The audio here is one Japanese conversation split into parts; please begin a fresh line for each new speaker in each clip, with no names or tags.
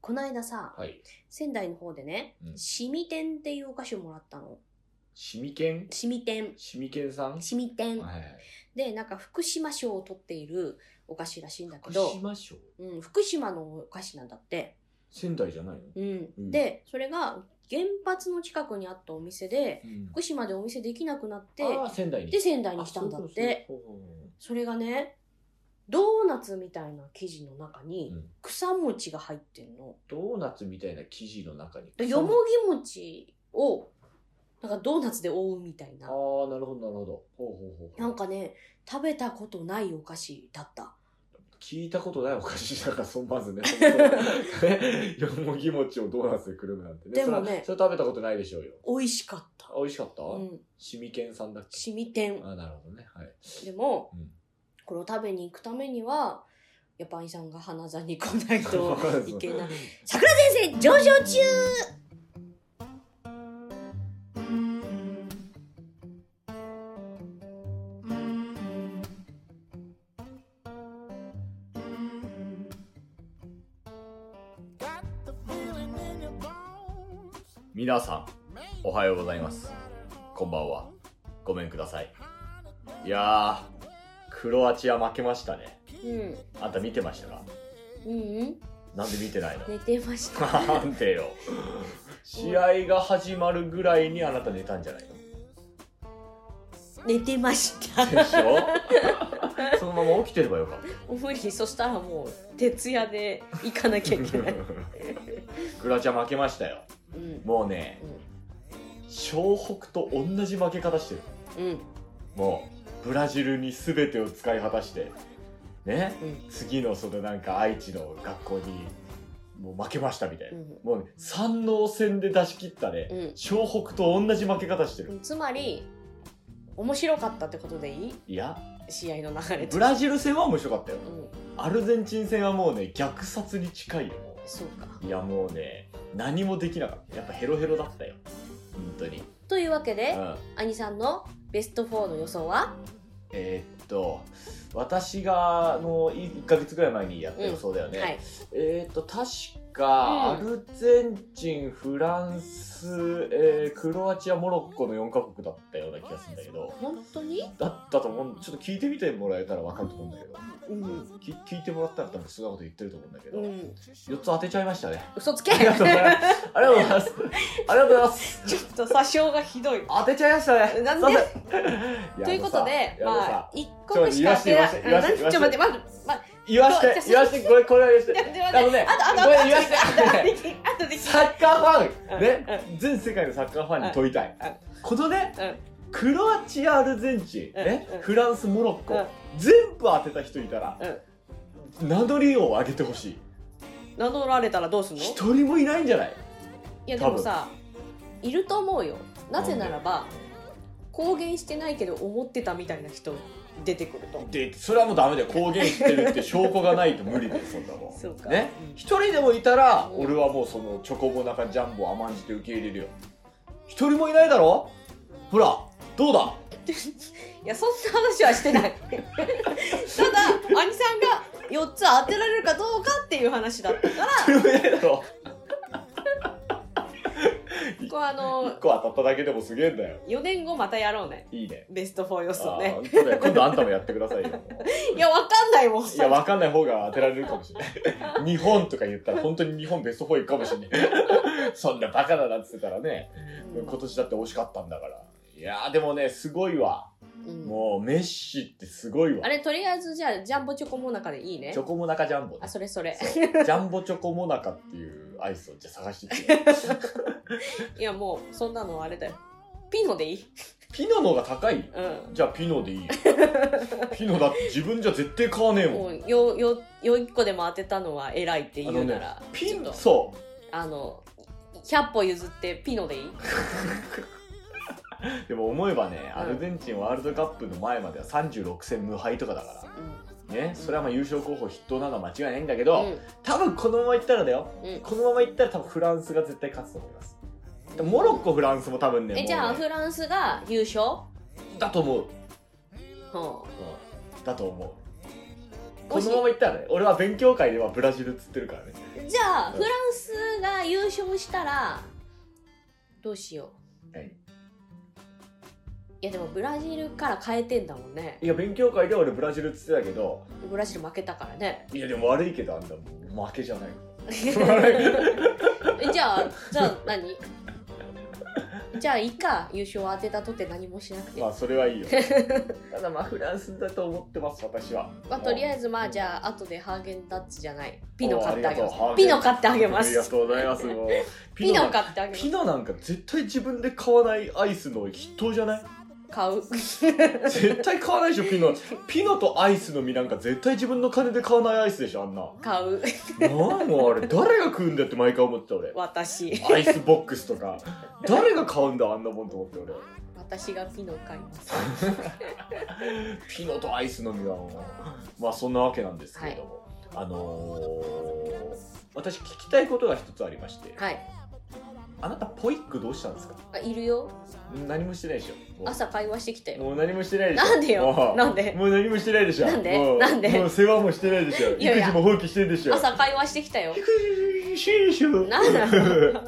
こないださ、
はい。
仙台の方でね、
うん
シミ天っていうお菓子をもらったの。
シミケン
シミ天。
シミケンさん
シミ天。
はいはい。
で、なんか福島賞を取っているお菓子らしいんだけ
福
ど、
島省
うん、福島のお菓子なんだって。
仙台じゃないの
うん。
うん
で、それが原発の近くにあったお店で、
うん
福島でお店できなくなって、
あー仙台に。
で、仙台に来たんだって。
あ。そうそうそうほうほうほう
それがね、ドーナツみたいな生地の中に
うん
草餅が入ってんの。
ドーナツみたいな生地の中に。
でよもぎ餅を、なんかドーナツで覆うみたいな。
ああ、なるほど、なるほど。ほうほうほうほう。
なんかね、食べたことないお菓子だった。
聞いたことないお菓子だから、そんまずね。 本当によもぎ餅をドーナツでくるむなんてね。
でもね
それはそれ食べたことないでしょうよ。
美味しかった。
あ美味しかった
うん。
シミケンさんだっけ
しみてん。
あなるほどね。はい。
でも、
うん
これを食べに行くためには、やっぱ兄さんが花座に来な いといけない。桜前線上昇中
皆さんおはようございますこんばんは
ごめんくださいいやークロアチア負けましたね
うん。
あんた見てましたか
うんうん。
なんで見てないの
寝てまし
な
た。
んでよ試合が始まるぐらいにあなた寝たんじゃないの
寝てました。
でしょそのまま起きてればよかっ
無理。そしたらもう、徹夜で行かなきゃいけ
た
ない。
クロアチア負けましたよ
うん。
もうね湘北と同じ負け方してる
うん。うん。
もうブラジルに全てを使い果たしてね
うん。
次のそのなんか愛知の学校にもう負けましたみたいな
う、ん。
もうね山王戦で出し切ったね、
うん
湘北と同じ負け方してる、
つまり面白かったってことでいい
いや
試合の流れ
ブ
と
ラジル戦は面白かったよ
うん
アルゼンチン戦はもうね虐殺に近いよも
そうか
ういやもうね何もできなかったやっぱヘロヘロだったよ本当に
というわけで
うん
兄さんのベスト4の予想は
えーっと私があの1か月ぐらい前にやった予想だよね、
はい
えーっと確か、
うん
アルゼンチンフランス、えークロアチアモロッコの4か国だったような気がするんだけど
本当に
だったと思うちょっと聞いてみてもらえたら分かると思うんだけど
うん
き聞いてもらったら多分そんなこと言ってると思うんだけど、
うん
4つ当てちゃいましたね
嘘つけ
ありがとうございますありがとうございますありがとうございます
ちょっと詐称がひどい
当てちゃいましたね
なんです
いませんや
ということで
あのさいやあの
まあ
さ
一個しか当てら
ちょ言わせて
うんちょっと待って待って待って
言わして言わしてこれこれは言わして
待って
あのね
あとあと
ご
あと
めん言わせて
あとあとできるあとできる
サッカーファンね
う
全世界のサッカーファンに問いたい
うんうん
このねクロアチアアルゼンチンね
うんうん
フランスモロッ
う
コ
ん
全部当てた人いたら
うんうん
名乗りを上げてほしい
名乗られたらどうすんの
一人もいないんじゃない
いやでもさいると思うよなぜならば公言してないけど思ってたみたいな人出てくると
でそれはもうダメだよ公言してるって証拠がないと無理だよそんなもん
そうか
ね一人でもいたら、
うん
俺はもうそのチョコボナカジャンボを甘んじて受け入れるよ一人もいないだろほらど うだ
いやそんな話はしてないただ兄さんが4つ当てられるかどうかっていう話だったから
一人もいないだろ
こうあの
1個当たっただけでもすげえんだよ
4年後またやろうね
いいね
ベスト4予想
あー
ね
本当だよ今度あんたもやってくださ いよ
いやわかんないもん
いやわかんない方が当てられるかもしれ ない日本とか言ったら本当に日本ベスト4行くかもしれないそんなバカだなって言ってたらね今年だって惜しかったんだからいやーでもねすごいわ
うん
もうメッシってすごいわ
あれとりあえずじゃあジャンボチョコモナカでいいね
チョコモナカジャンボね
あそれそれ
そうジャンボチョコモナカっていうアイスをじゃあ探し てきて
いやもうそんなのあれだよピノでいい
ピノのが高い
うん
じゃあピノでいい よピノだって自分じゃ絶対買わねえもん
もうよよよ一個でも当てたのは偉いって言うなら、
ピ
ちょっ
ン
と
そう
あの100歩譲ってピノでいい
でも思えばね
うん
アルゼンチンワールドカップの前までは36戦無敗とかだか
う
らね
ん
それはまあ優勝候補筆頭なのは間違いないんだけど、
ん
多分このままいったらだよ
うん
このままいったら多分フランスが絶対勝つと思いますでもモロッコフランスも多分ねもう
え
ね
じゃあフランスが優勝、
だと思う、
ほ
うんだと思う
も
こ
し
のままいったらね俺は勉強会ではブラジルっつってるからね
うじゃあ、
うん
フランスが優勝したら、どうしよう。
はい
いや、でもブラジルから変えてんだもんね。
いや勉強会では俺ブラジルっつってたけど
ブラジル負けたから ね。
いやでも悪いけどあんたもう負けじゃ ない
えじゃあ、じゃあ何じゃあ、いいか、優勝を当てたとって何もしなくて。
ま
ま
あそれはいいよただまあフランスだと思ってます私は
あ、とりあ
え
えず、まあ、じゃあ、後でハーゲンダッツじゃない。ピノ買ってあげま
お
す。
ありがとう
ピノ買ってあげま
ありが
す。
とうございますもう
ピノ
か
買ってあげます
ピ。ノなんか絶対自分で買わないアイスの筆頭じゃない
買う。
絶対買わないでしょ ピノピノとアイスの実なんか絶対自分の金で買わないアイスでしょあんな
買う。
なんもあれ誰が食うんだって毎回思ってた俺
私。
アイスボックスとか誰が買うんだあんなもんと思って俺
私がピノ買います。
ピノとアイスの実はもうまあそんなわけなんですけれども、あのー私聞きたいことが一つありまして
はい。
あなたポイックどうしたんですか
あいるよ
何もしてないでしょもう
朝会話してきたよ
もう何もしてないでしょ
なんで
も
よ
う
なんで
もう何もしてないでしょ
なんで
もう
なんで
もう世話もしてないでしょ
いやいや
育児も放棄してるでしょ
朝会話してきたよ
育児してるでしょ
なんなの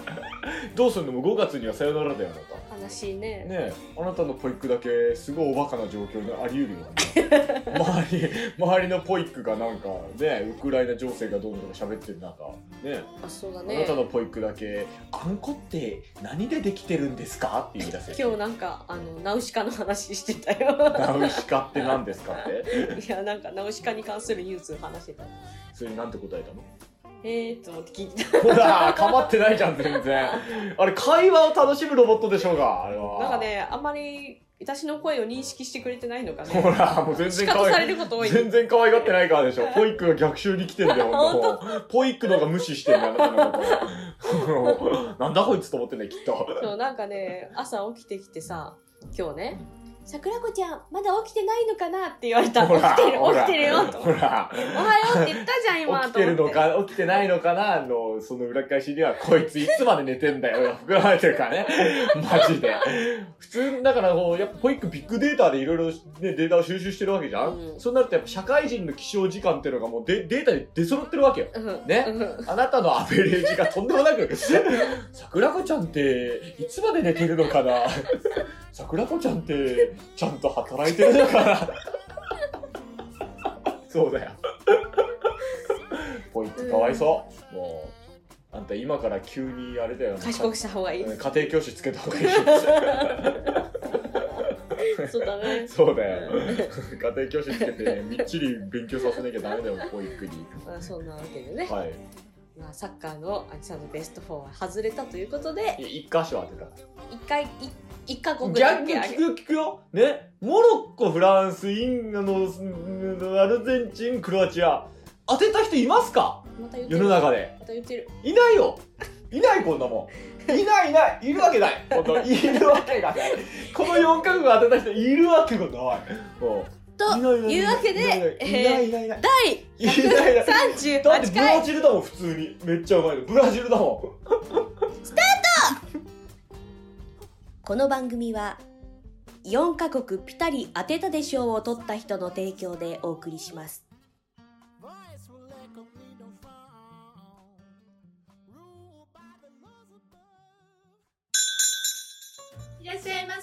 どうすんのもう5月にはさよならだよあなた
悲しいね
ねえあなたのポイックだけすごいおバカな状況にあり得 るよ、ね、周り周りのポイックがなんかねウクライナ情勢がどうのとか喋ってる中ね
あそうだ
あな
ね
たのポイックだけ「あんこって何でできてるんですか?」って言い出せ
今日なんかあのナウシカの話してたよ
ナウシカって何ですかって
いやなんかナウシカに関するニュース話してた
それになんて答えたの
えーっと思って聞いて
ほらかまってないじゃん全然あれ会話を楽しむロボットでしょうがあれ
た
は
なんかねあんまり私の声を認識してくれてないのかね
ほらもう全
仕
然
方
可
さ
愛
れ
い
ること多い
全然可愛がってないから でしょ。ポイックが逆襲に来てんだよ、ほんと。ポイックの方が無視してんだよ、あなたのことなんだこいつと思ってんだよ、きっ と。
そうなんかね朝起きてきてさ今日ね桜子ちゃんまだ起きてないのかなって言われた起
ほら、
きてる
ほ
起
ら
きてるよ と
ほら、
おはようって言ったじゃん今
起きてる
と
の
思って
か、起きてないのかな、の、その裏返しには、こいついつまで寝てんだよ、含まれてる からね。マジで。普通、だからこう、やっぱポイックビッグデータでいろいろね、データを収集してるわけじゃん、
うん
そうなるとやっぱ社会人の起床時間っていうのがもうデデータで出揃ってるわけよ。
うん
ね
うん
あなたのアベレージがとんでもなく、桜子ちゃんって、いつまで寝てるのかな桜子ちゃんって、ちゃんと働いてるのかなそうだよ。ポイントかわいそう。もう、あんた今から急にあれだよ。
賢くした方が いい
うん家庭教師つけた方がいいよ。
そうだね
そうだよ。家庭教師つけて、ね、みっちり勉強させなきゃダメだよ、保育に。
まあ、そんなわけでね、
はい。
まあ、サッカーのアキさんのベスト4は外れたということで
い一箇所当てたら。
一回い一カ国だ
逆
け
に
あ
聞
げ
くよ聞くよねモロッコフランスインドのうんアルゼンチンクロアチア当てた人いますか
また言って
世
る
の
ま
中で
た言ってる
いないよいないこんなもんいないいないいるわけない本当いるわけがないこの4カ国当てた人いるわけがないも
と
ういない
いうわけで
いないいないいない
第
いないいないいないいないだって
38
ブラ
回
ジルだもん普通にめっちゃうまいのブラジルだもん
この番組は4カ国ピタリ当てたでしょうを取った人の提供でお送りします
いらっしゃいま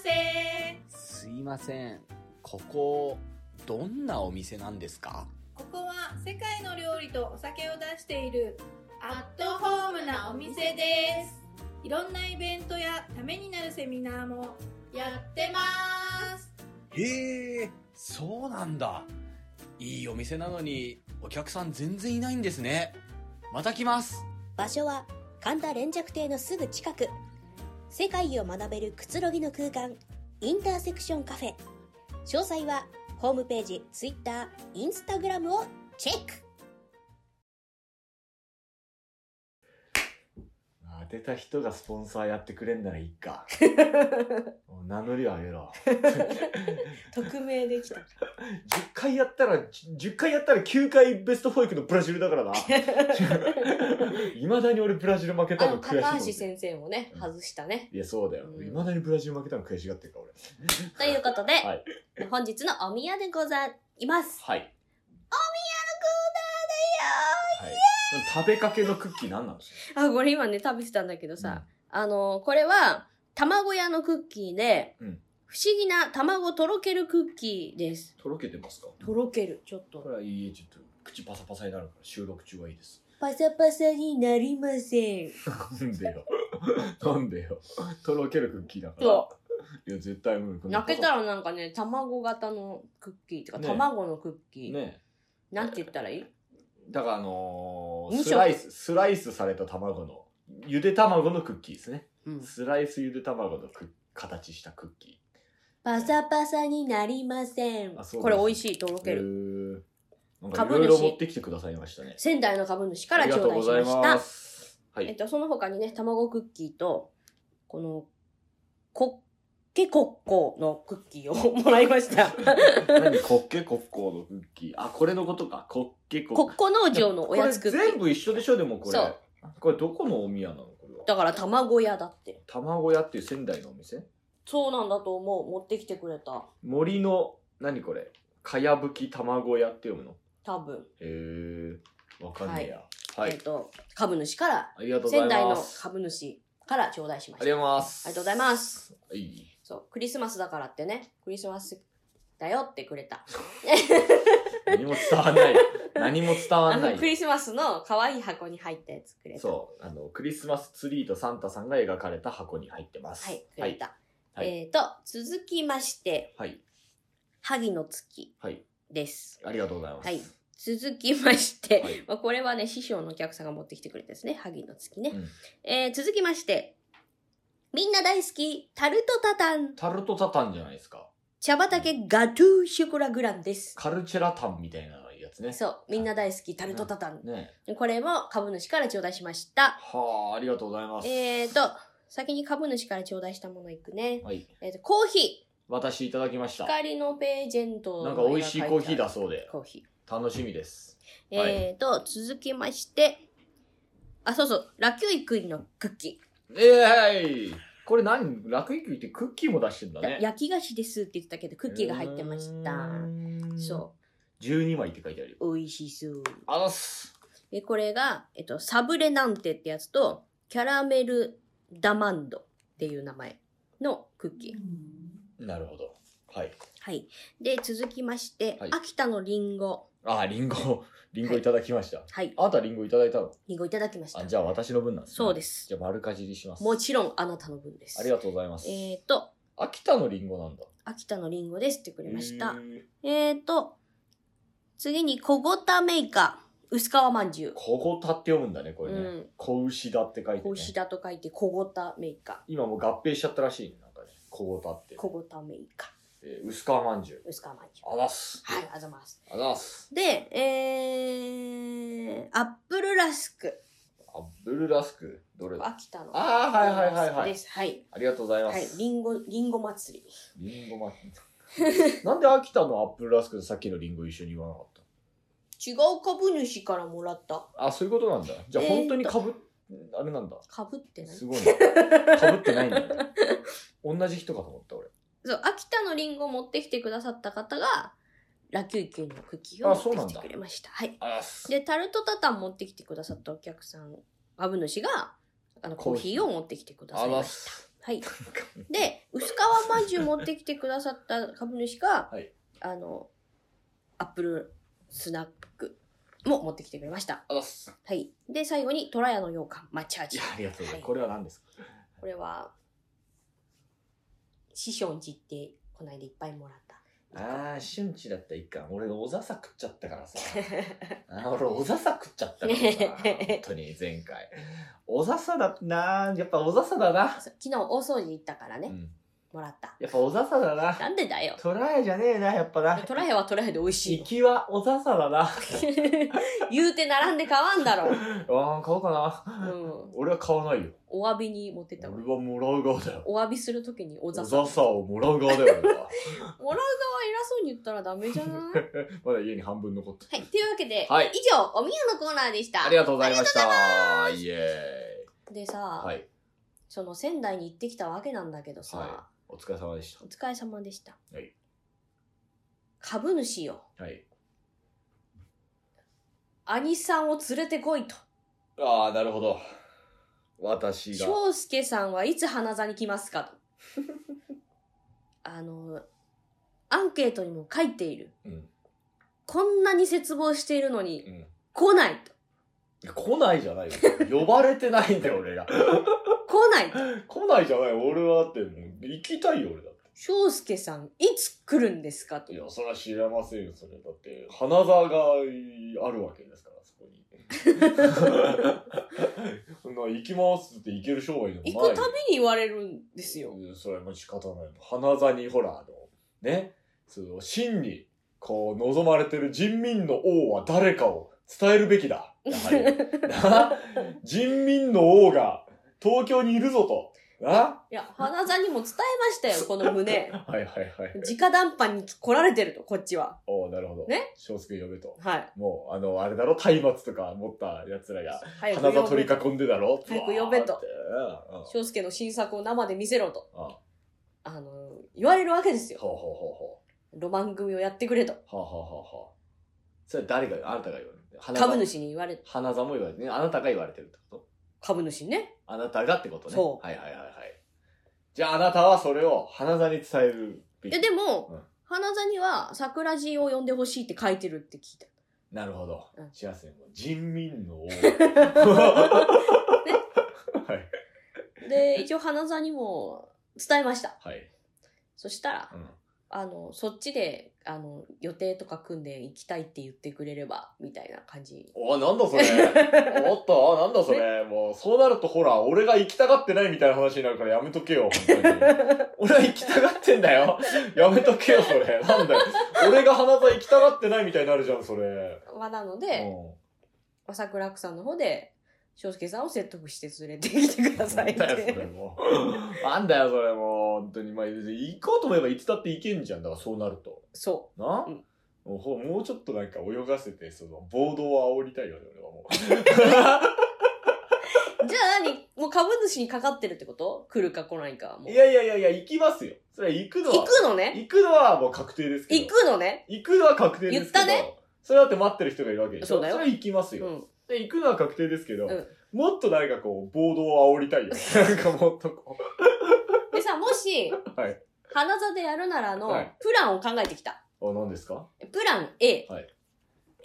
せ
すいません。ここ、どんなお店なんですか
ここは世界の料理とお酒を出しているアットホームなお店ですいろんなイベントやためになるセミナーもやってます
へえ、そうなんだ。いいお店なのに、お客さん全然いないんですね。また来ます。
場所は神田連雀亭のすぐ近く世界を学べるくつろぎの空間インターセクションカフェ詳細はホームページ Twitter、Instagram をチェック
当てた人がスポンサーやってくれんならいい かもう名乗りを上げろ
匿名できた
10回やったら、10回やったら9回ベストフォイクのブラジルだか ら な。いまだに俺ブラジル負け
あ
た
の
の悔しいと
高
思って
橋先生もね外したね
いや、そうだよ
う。ん
いまだにブラジル負けたの悔しがってるから俺。
ということで、
はい
本日のお宮でございます
はい。お食べかけのクッキー何なんですか
あ、これ今ね、食べてたんだけどさ、あの、これは、卵屋のクッキーで、
うん
不思議な卵とろけるクッキーです。
とろけてますか
とろける、ちょっ。
ことれはいいえ、ちょっと口パサパサになるから収録中はいいです。
パサパサになりません。
なんでよ。なんでよ。とろけるクッキーだから。
そ
いや、絶対無理。こんな
泣けたらなんかね、卵型のクッキーとか、
ね
卵のクッキー、
ね
なんて言ったらいい
だからあのー
二色
スライス、スライスされた卵の、ゆで卵のクッキーですね。
うん
スライスゆで卵のクッ形したクッキ
パサパサになりません
ー。あ、そう
これ美味
しい。
しい、とろ
へ
ける。
ーなんかい
株主
ろいろ持ってきてくださいましたね。
仙台の株主か
あ
ら
り
頂
がとう
戴
ご
し
ざい
ました
ま。す。は
えっ
い。
と、その他にね、卵クッキーと、この、コッケコッコのクッキーを もらいました。
何コッケコッコーのクッキー。あ、これのことか。コッケコッ
コッコ農場のおやつクッ
こ
キ
れ全
ー。
部一緒でしょでもこれ
そう
これどこのお宮なのこれは
だから卵屋だって。
卵屋っていう仙台のお店
そうなんだと思う。持ってきてくれた。
森の何これかやぶき卵屋って読むの
多分。
へえわかんねえやはい、
えっと、株主から、
ありがとうござ
仙
い
台の
ます
株主から頂戴しま
あ
し
り
た。
がとうございます
ありがとうございます
はい
そう、クリスマスだからってね、クリスマスだよってくれた。
何も伝わんない 何も伝わ
あ
んな
の、ク
い
リスマスの可愛い箱に入ったやつくれた。
そうあのクリスマスツリーとサンタさんが描かれた箱に入ってます
はい、くれた。
はい
えっ、と、続きまして、
はい
萩の月
はい
です。
ありがとうございます
はい続きまして、
はい
まあ、これはね、師匠のお客さんが持ってきてくれたですね、萩の月ね。
うん
えー続きまして、みんな大好き、タルトタタン、
タルトタタンじゃないですか
茶畑ガトゥーショコラグランです。
カルチェラタンみたいなやつね
そう、みんな大好き、タルトタタン。
ね
これも株主から頂戴しました。
はあ、ありがとうございます。
えーと、先に株主から頂戴したものいくね。
はい。
えーと、コーヒー、
私いただきました。
光のページェントの
な
絵
ん
が
か
描
美
てある
味しいコーヒーだそうで、
コーヒー。
楽しみです。はい
えーと、続きまして、あ、そうそう、ラキュイクイのクッキ
ええいこれ何楽育ってクッキーも出してんだ
ー、
ね。
焼き菓子ですって言ってたけど、クッキーが入ってました。
そ。
そう
12枚って書いてあるよ。
う、美味しそう。
あざっす。
で、これが、えっと、サブレなんてってやつと、キャラメルダマンドっていう名前のクッキー。
なるほど。はい。
はい。で、続きまして、
はい
秋田のリンゴ。
ああ、リンゴ。 リンゴいただきました。
はい。
あなたリンゴいただいたの
リンゴいただきました。
あ、じゃあ私の分なんですね。
そうです。
じゃあ丸かじりします。
もちろん、あなたの分です。
ありがとうございます。
えーと、
秋田のリンゴなんだ。
秋田のリンゴですってくれました。
へー。
えーと、次に、小ごたメーカー、薄皮まんじゅう。
ここたって読むんだね、これね。
うん。
子牛だって書いて
子
ね
牛だと書いて、小ごたメーカ
今もう合併しちゃったらしいねなんかね小ごたって
ー、小ごたメーカ
えー薄皮まんじゅう
ー、薄皮まんじゅう。
あざっす
はい、ありがとうございます。
あざっす
で、えー、アップルラスク。
アップルラスクどれだ
秋田の。
あーはいはいはいはい
です。はい。
ありがとうございま
はい、
す、
リンゴ、リンゴ祭り。
リンゴまんなんで秋田のアップルラスクとさっきのリンゴ一緒に言わなかっ
違う株主からもらった。
たあそういうことなんだじゃあ
えーっと
本当にかぶ、あれなんだ
かぶってない。
す
そ
ごいなかぶってないんだ同じ人かと思った俺
う、秋田のリンゴを持ってきてくださった方が、ラキュイキュイのクッキーを
あそう
持
な
っ
ん
て
だ
きてくれました。はい。
あざっす
で、タルトタタン持ってきてくださったお客さん、株主が、あの、コ
コ
ー
ー
ヒ
ヒー
ーを持ってきてくださ
あ
い
ざ
ま
っ
した。
す
はい。で、薄皮まんじゅう持ってきてくださった株主が、
はい
あの、アップルスナックも持ってきてくれました。
あざっす
はい。で、最後に、トラヤの羊羹、抹茶
い
味
や。ありがとうございます、
はい
これは何ですか
これは、師匠んちって、この間いっぱいもら った。
ああ、瞬地だったらいいか。俺、小笹食っちゃったからさ。あー俺、小笹食っちゃったからさ。本当に、前回。小笹だなー。やっぱ小笹だな。
そう昨日、大掃除行ったから
う
ね、
ん。
もらった。
やっぱ小笹だな。
なんでだ よ。
トライじゃねえな、やっぱな。
トラヤはトラヤで美味しい
行
よ。
きは小笹だな。あ
言うて並んで買わん だろ。
あ、買おうかな。
うん。
俺は買わないよ。
お詫びに持ってった方がいい
俺はもらう側だよ。
お詫びするときにおざさ。もら
小
う
笹をもらう側だよ、俺は。
側偉そうに言ったらダメじゃないは
まだ家に半分残ってる。
い。というわけで、
はい
以上、おみやのコーナーでした
あり。がとうございました。イエ
でさ、
ーイ。はい。
その仙台に行ってきたわけなんだけどさ、
はお疲れ様でし
お疲れ様でした。
はい
株主よ。
た。はい。
兄さんを連れてこいと。
ああ、なるほど。私が。
翔介さんはいつ花座に来ますか と。あの、アンケートにも書いている。
うん
こんなに絶望しているのに、
うん
来ないと。
来ないじゃないよ。呼ばれてないんだよ、俺が。
来ないと。
来ないじゃない俺はだってもう行きたいよ俺だっ
翔介さん、いつ来るんですかと
てい。やそれは知れませんよそれだって花沢がいあるわけですからそ こにそんな行きますって行ける商売でもな
行
い
くたびに言われるんですよ。
うんそれはもう仕方ない花座にほらあのねその真にこう望まれてる人民の王は誰かを伝えるべきだやはり な人民の王が東京にいるぞとない
や、花座にも伝えましたよ、この胸。
はいはいはい
直談判に来られてると、こっちは。
おおなるほど
ね
翔介呼べと
はい。
もう、あの、あれだろ、松明とか持った奴らが、
早
花座
く呼
取
べ
り囲んでだろ。
早く呼べと
ブワーってうんうん
翔介の新作を生で見せろと。
あ
あの、言われるわけですよ。
ほうほうほ
ロマン組をやってくれと。
うほう。はあ、はあはあはあ、それ誰が、あなたが言われてる。花座
株。主に言われ、
花座も言われてね。あなたが言われてるってこと
株主にね。
あなたがってことね。。
そう
はいはいはいはい。じゃああなたはそれを花座に伝えるべき
で、でも、
うん
花座には桜地を呼んでほしいって書いてるって聞いた。
なるほど
うん。
幸せも人 民の王。 はい。
で、一応花座にも伝えました。
はい。
そしたら、
うん
あの、そっちで、あの、予定とか組んで行きたいって言ってくれれば、みたいな感じ。
おなんだそれ おっとなんだそれもうそうなるとほら俺が行きたがってないみたいな話になるからやめとけよ本当に俺は行きたがってんだよやめとけよそれなんだよ俺が花座行きたがってないみたいになるじゃんそれ、
まあ、な の
う
で、
ん、
朝倉区さんの方で、翔介さんを説得して連れてきてくださいっ
なんだよそれ
て。
もうなんだよそれもう本当にまあ行こうと思えばいつだって行けんじゃんだからそうなると
そ
な、
うん
もうほもうちょっとなんか泳がせてその暴動を煽りたいよね 俺はもう
う。じゃあ何もう株主にかかってるってこと来るか来ないかはもう。
いやいやいやいや行きますよそれは行くのは
行くのね
行くのはもう確定ですけど。
行くのね
行くのは確定ですけど。
言ったね
それだって待ってる人がいるわけでしょ。
そうだよ
それは行きますよ、
うん。
で、行くのは確定ですけど、
うん
もっと誰かこう、暴動を煽りたいよ。なんかもっとこ
で さ、もし、
はい
花座でやるならの
はい、
プランを考えてきた。
う。あ、何ですか
プラン A。
はい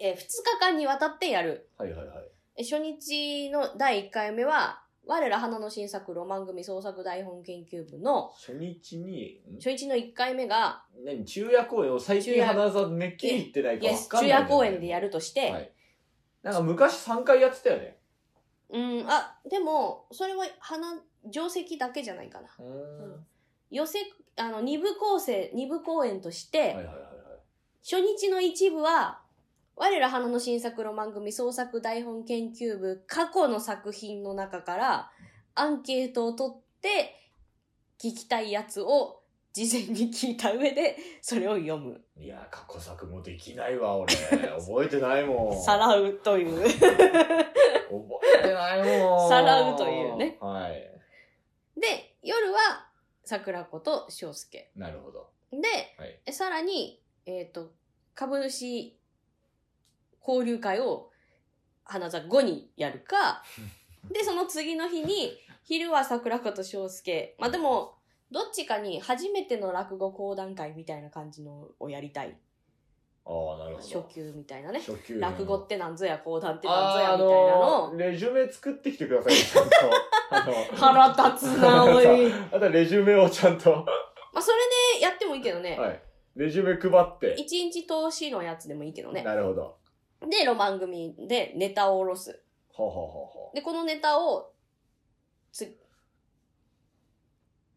えー、2日間にわたってやる。
はいはいはい。
え初日の第1回目は、我ら花の新作ロマン組創作台本研究部の、
初日に、ん
初日の1回目が、
何昼夜公演を最
昼
近
夜
花座めっきり行ってない
イ
か
エ
わ
ス、
かん
昼
ない
夜
じゃん。
公演でやるとして、
はい。なんか昔3回やってたよね。
うん、あ、でも、それは花、定石だけじゃないかな。
うーん。
寄せ、あの、2部構成、2部公演として、
はいはいはいはい。
初日の一部は、我ら花の新作ロマン組創作台本研究部過去の作品の中からアンケートを取って聞きたいやつを事前に聞いた上でそれを読む。
いや、過去作もできないわ、 俺。覚えてないもん。
さらうという。
覚えてないも ん。
さらうというね。
はい。
で、夜は桜子と翔介。
なるほど。
で、
はい
さらに、えっ、と、株主交流会を花座後にやる か、で、その次の日に、昼は桜子と翔介。まあ、でも、どっちかに初めての落語講談会みたいな感じのをやりたい。
ああ、なるほど
初。級みたいなね。
初級編
落語ってなんぞや、講談ってなんぞ
あ
や、
ー
みた
あ
いなの
の
を
ー、レジュメ作ってきてくださいよ ちゃんとあの
腹立つな、 おい。
あとはレジュメをちゃんと、
ま
は
あ、それでやってもいいけどね。
い、レジュメ配って、
一日投資のやつでもいいけどね。
なるほど
で、ロマン組でネタを下ろす。
ほうほうほ
で、このネタを、つ、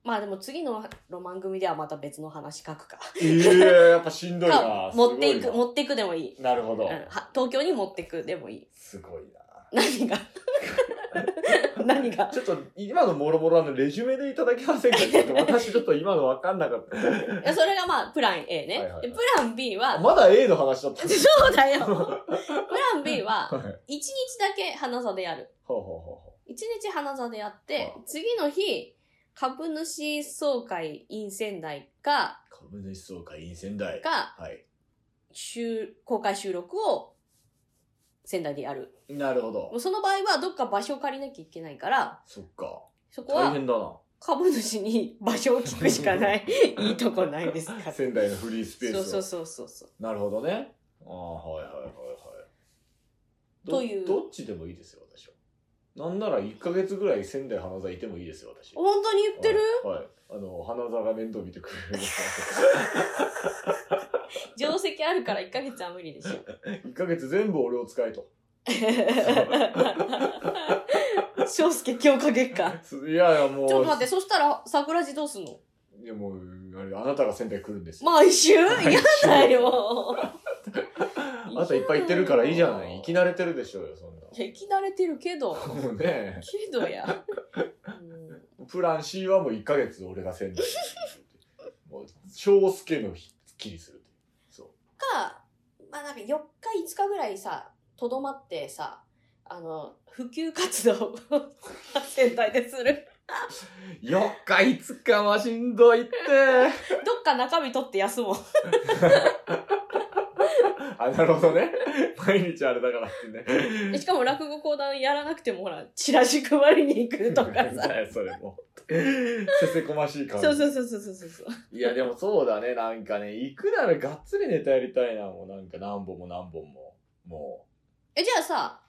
まあでも次のロマン組ではまた別の話書くか。
うほういややっぱし んどいな
か持ってい
す
く、
ごい
持っていくでもいい。
ななるほ
う
ど
ん、は東京に持っていくでもいい。
すごいな
何 が何が
ちょっと今のもろもろあのレジュメでいただけませんかちょっ と私ちょっと今の分かんなかっ
いやそれがまあプラン A ね。
はいはいはい
でプラン B
た
は、
まだ A の話だっ た
そうだ よプラン B は
は
1
い、
日だけ花座でやる。
ほうほうほ
1日花座でやって
は、
次の日、株主総会 in 仙台か、
うほう株主総会院仙台
か、
はい
収公開収録を仙台にある。
なるほ
もう
ど。
その場合はどっか場所を借りなきゃいけないから、
そっか。
そこ
大
は
変だな。
株主に場所を聞くしか ない。いいとこないですから。そう
仙台のフリースペースを。
そうそうそうそう。
なるほどね。ああ、はいはいはいはい。ど
という
どっちでもいいですよ、私は。なんなら1ヶ月ぐらい仙台花座いてもいいですよ、私。
本当に言ってる
はい。はいあの、花座が面倒見てくれ る。
定石あるから1ヶ月は無理でしょ。
1ヶ月全部俺を使えと。
翔介強化月間。
いやいや、もう。
ちょっと待って、そしたら桜地どうすんの
いや、もう、あれ、あなたが仙台来るんですよ。
毎週嫌だよ。
あなたいっぱい行ってるからいいじゃない。生き
い
慣れてるでしょうよ、そんな。
や生き慣れてるけど。
もうね。
けど や。うん
プラン C はもう1ヶ月俺が仙台にいるっていう。もう、翔介の日、きりするっていう。そう。
か、まあなんか4日5日ぐらいさ、とどまってさ、あの、普及活動を 仙台です る。
4日5日はしんどいって。
どっか中身取って休もう。
あ、なるほどね。 毎日あれだからってね。
でしかも落語講談やらなくてもほら、チラシ配りに行くとか さ。
それも。せせこましい感じ。
そうそうそうそうそうそう。
いや、でもそうだね。なんかね、行くならがっつりネタやりたいな。もうなんか何本も何本も。も
え、じゃあさ、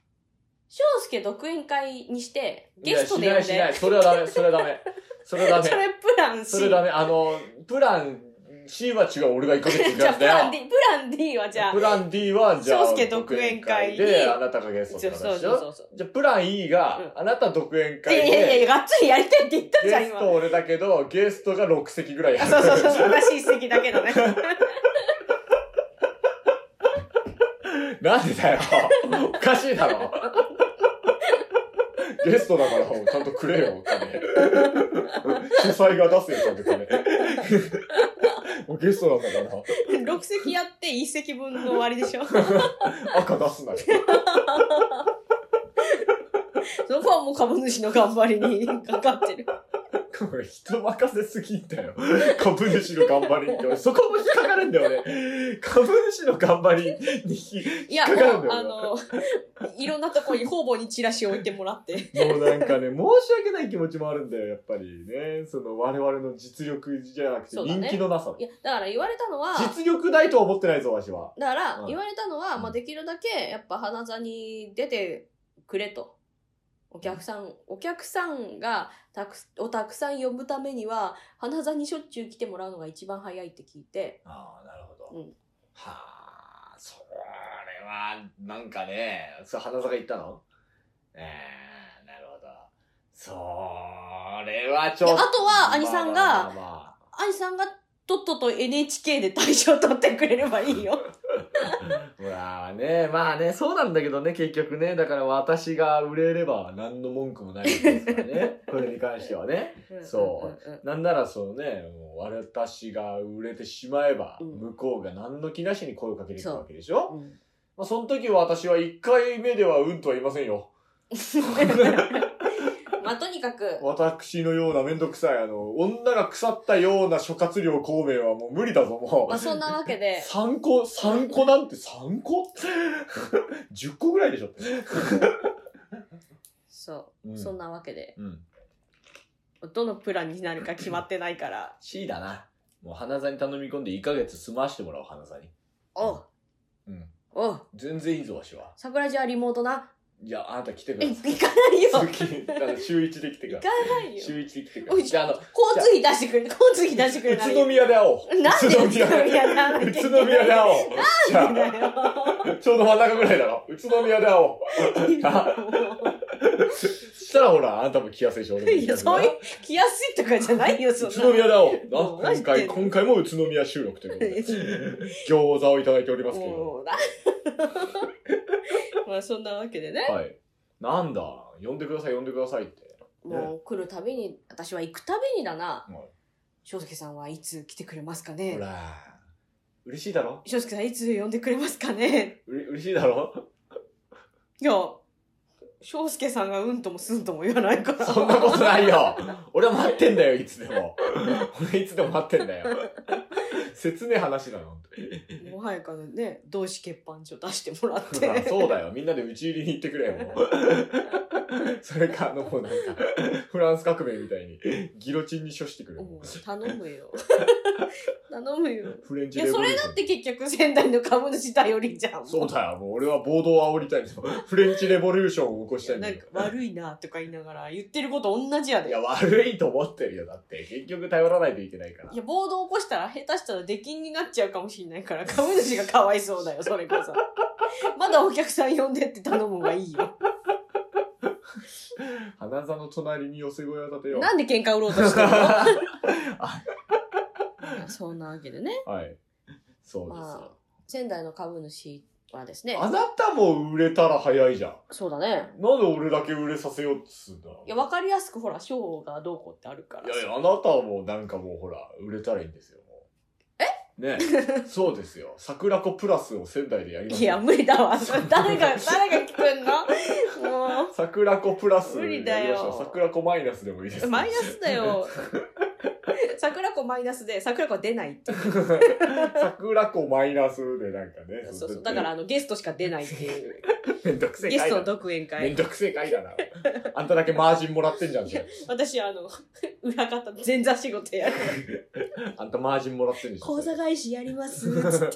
翔介独演会にして、
う。
ゲストで
い
呼
や
ん
しないしな
で
い。。それはダメ。それはダメ。それ は
そ
ダメ。
れプラン C。
それはダメ。あの、プラン C は違う。俺が1ヶ月行く
じゃ
や
あ
つ
プ
だ
ラ
よ
ン。D、プラン D はじゃあ
プ、ラン D は、じゃあ、
翔介独演会に
で、あなたがゲス
そう
ト
そ
っ
う
て
そう
話でし
そ
ょ
うそう。
じゃあ、プラン E が、あなた独演
い
会
や
で、
いやいや、がっつりやりたいって言ったじゃん、
ゲス
今。
ト俺だけど、ゲストが6席ぐらい
あ
ある
そうそうそう、私一席だけどね。
なんでだよ。おかしいだろ。ゲストだから、ちゃんとくれよ、お金。主催が出せよ、ちゃんと金。もうゲストなんだか
6席やって1席分の終わりでしょ。
ら、赤出すなよ。
そこはもう株主の頑張りに かかってる。
これ人任せすぎんだよ。株主の頑張りって、俺そこも引っかかるんだよね。株主の頑張りに引っ
いや、
引っかかる
も
ん
う、
だ
あ
よな
の、いろんなとこに方々にチラシを置いてもらって。
もうなん かね、申し訳ない気持ちもあるんだよ、やっぱりね。その我々の実力じゃなくて
そうだ
人
ね
気のなさ。
いや、だから言われたのは、
実力ないとは思ってないぞ、わしは。
だから
うん
言われたのは、
うん
まあ、できるだけやっぱ花座に出てくれと。お客さん、お客さんがたくす、をたくさん呼ぶためには、花座にしょっちゅう来てもらうのが一番早いって聞いて、
ああ、なるほど。
うん
はあ、それは、なんかね、それ花坂行ったのええなるほど。それはちょっと。
であとは兄さんが
まあまあまあまあ
愛さんがとっとと NHK で大賞取ってくれればいいよ。
まあね、まあね、そうなんだけどね、結局ね。だから私が売れれば何の文句もないですか らね。これに関してはね。 そう
うんうんうん
なんならそのね、もう私が売れてしまえば、
うん
向こうが何の気なしに声をかけてくるわけでし
う
ょ
んうん。
まあその時は私は1回目ではうんとは言いませんよ。
まあ、とにかく、
私のようなめんどくさい、あの、女が腐ったような諸葛亮孔明はもう無理だぞ、も
まあ、
う。
そんなわけ で、
3個、三個なんて3個 ?10 個ぐらいでしょ。
そう、
うん
そんなわけで、
うん。
どのプランになるか決まってないから、
C だな。もう花座に頼み込んで1ヶ月済ましてもらおう、花座に。
おう、
うん。
おう、
全然いいぞ、わしは。
桜じゃあリモートな。
じゃあ、あなた来てく
え、
だ
行
さい。
かないよ。
次、だから週1で来て
行
くだ
か
さい。
ないよ。
週1で来てくだ
お
さ
い
い。じゃあ、あの、
交通費出してくれ、交通費出してくれ
宇
ならいい
都宮で会おう。
なんで宇都
宇
宮
都
で会わなきゃい
宇
けない
都宮で会おう。じ ゃ
だよ。
あ、ちょうど真ん中ぐらいだろ。宇都宮で会おう。そしたらほら、あなたも来やすいし、俺も
いや、そういう、来やすいとかじゃないよ、そん
宇
な。
都宮で会
も
お
う
う。
マ
な
ジ
今
で
回、今回も宇都宮収録ということで、餃子をいただいておりますけど。
もうな まあ、そんなわけでね。
はい。なんだ、呼んでください、呼んでくださいって。
もう来るたびに、私は行くたびにだな
はい。
翔介さんはいつ来てくれますか
ほ
ね
ら、嬉しいだろ
翔介さんいつ呼んでくれますかね
うれ嬉しいだろ
いや、翔介さんがうんともすんとも言わないから。
そんなことないよ俺は待ってんだよ、いつでも。俺いつでも待ってんだよ。切ねえ話だな、本当に
もう早川のね、同志欠板書出してもらって。
そうだよ。みんなで打ち入りに行ってくれよ。 もうそれか、あの、もうなんか、フランス革命みたいに、ギロチンに処してくれよ。
もう頼むよ。 頼むよ。
フレン
い
チ
や、
レボ
そ
リュー
れ
シ
だ
ョ
っ
ン。
て結局仙台の株主頼りじゃん。
そうだよ。もう俺は暴動を煽りたいんですよ。 フレンチレボリューションを起こしたいん
な
だ
ん
よ
か。悪いなとか言いながら言ってること同じやで。
いや、悪いと思ってるよ。だって、結局頼らないといけないから
い。や、暴動起こしたら下手したら出禁になっちゃうかもしれないから、株主がかわいそうだよ、それこそ。 まだお客さん呼んでって頼む方がいいよ。
花座の隣に寄せ小屋建てよう。
なんで喧嘩売ろうとしてるの そんなわけでね。
はい。そうです
まあ
よ。、
仙台の株主はですね、
あなたも売れたら早いじゃん。
そうだね。
なんで俺だけ売れさせようっつうんだ
いや、わかりやすくほら、賞がどうこうってあるから。
いやいや、あなたはもうなんかもうほら、売れたらいいんですよ、もう。ねそうですよ。桜子プラスを仙台でやりま
い
すよ
や、無理だわ。それ誰が、誰が聞くんのも
桜子プラス
無理だよ
やりましょう桜子マイナスでもいいです
う、
よ。
マイナスだ よ。桜子マイナスで、桜子出ないっていう。
桜子マイナスでなんかね。
そうそう。だから、あの、ゲストしか出ないっていう。
めんどくせ
ゲ
え
ス
回
ト
だ
の独演
な。めん
会。
どくせえ回だな。あんただけマージンもらってんじゃん、それ
私、あの、 裏方、前座仕事 やる。
あんたマージンもらってんでしょ。
講座返しやり ます。
仲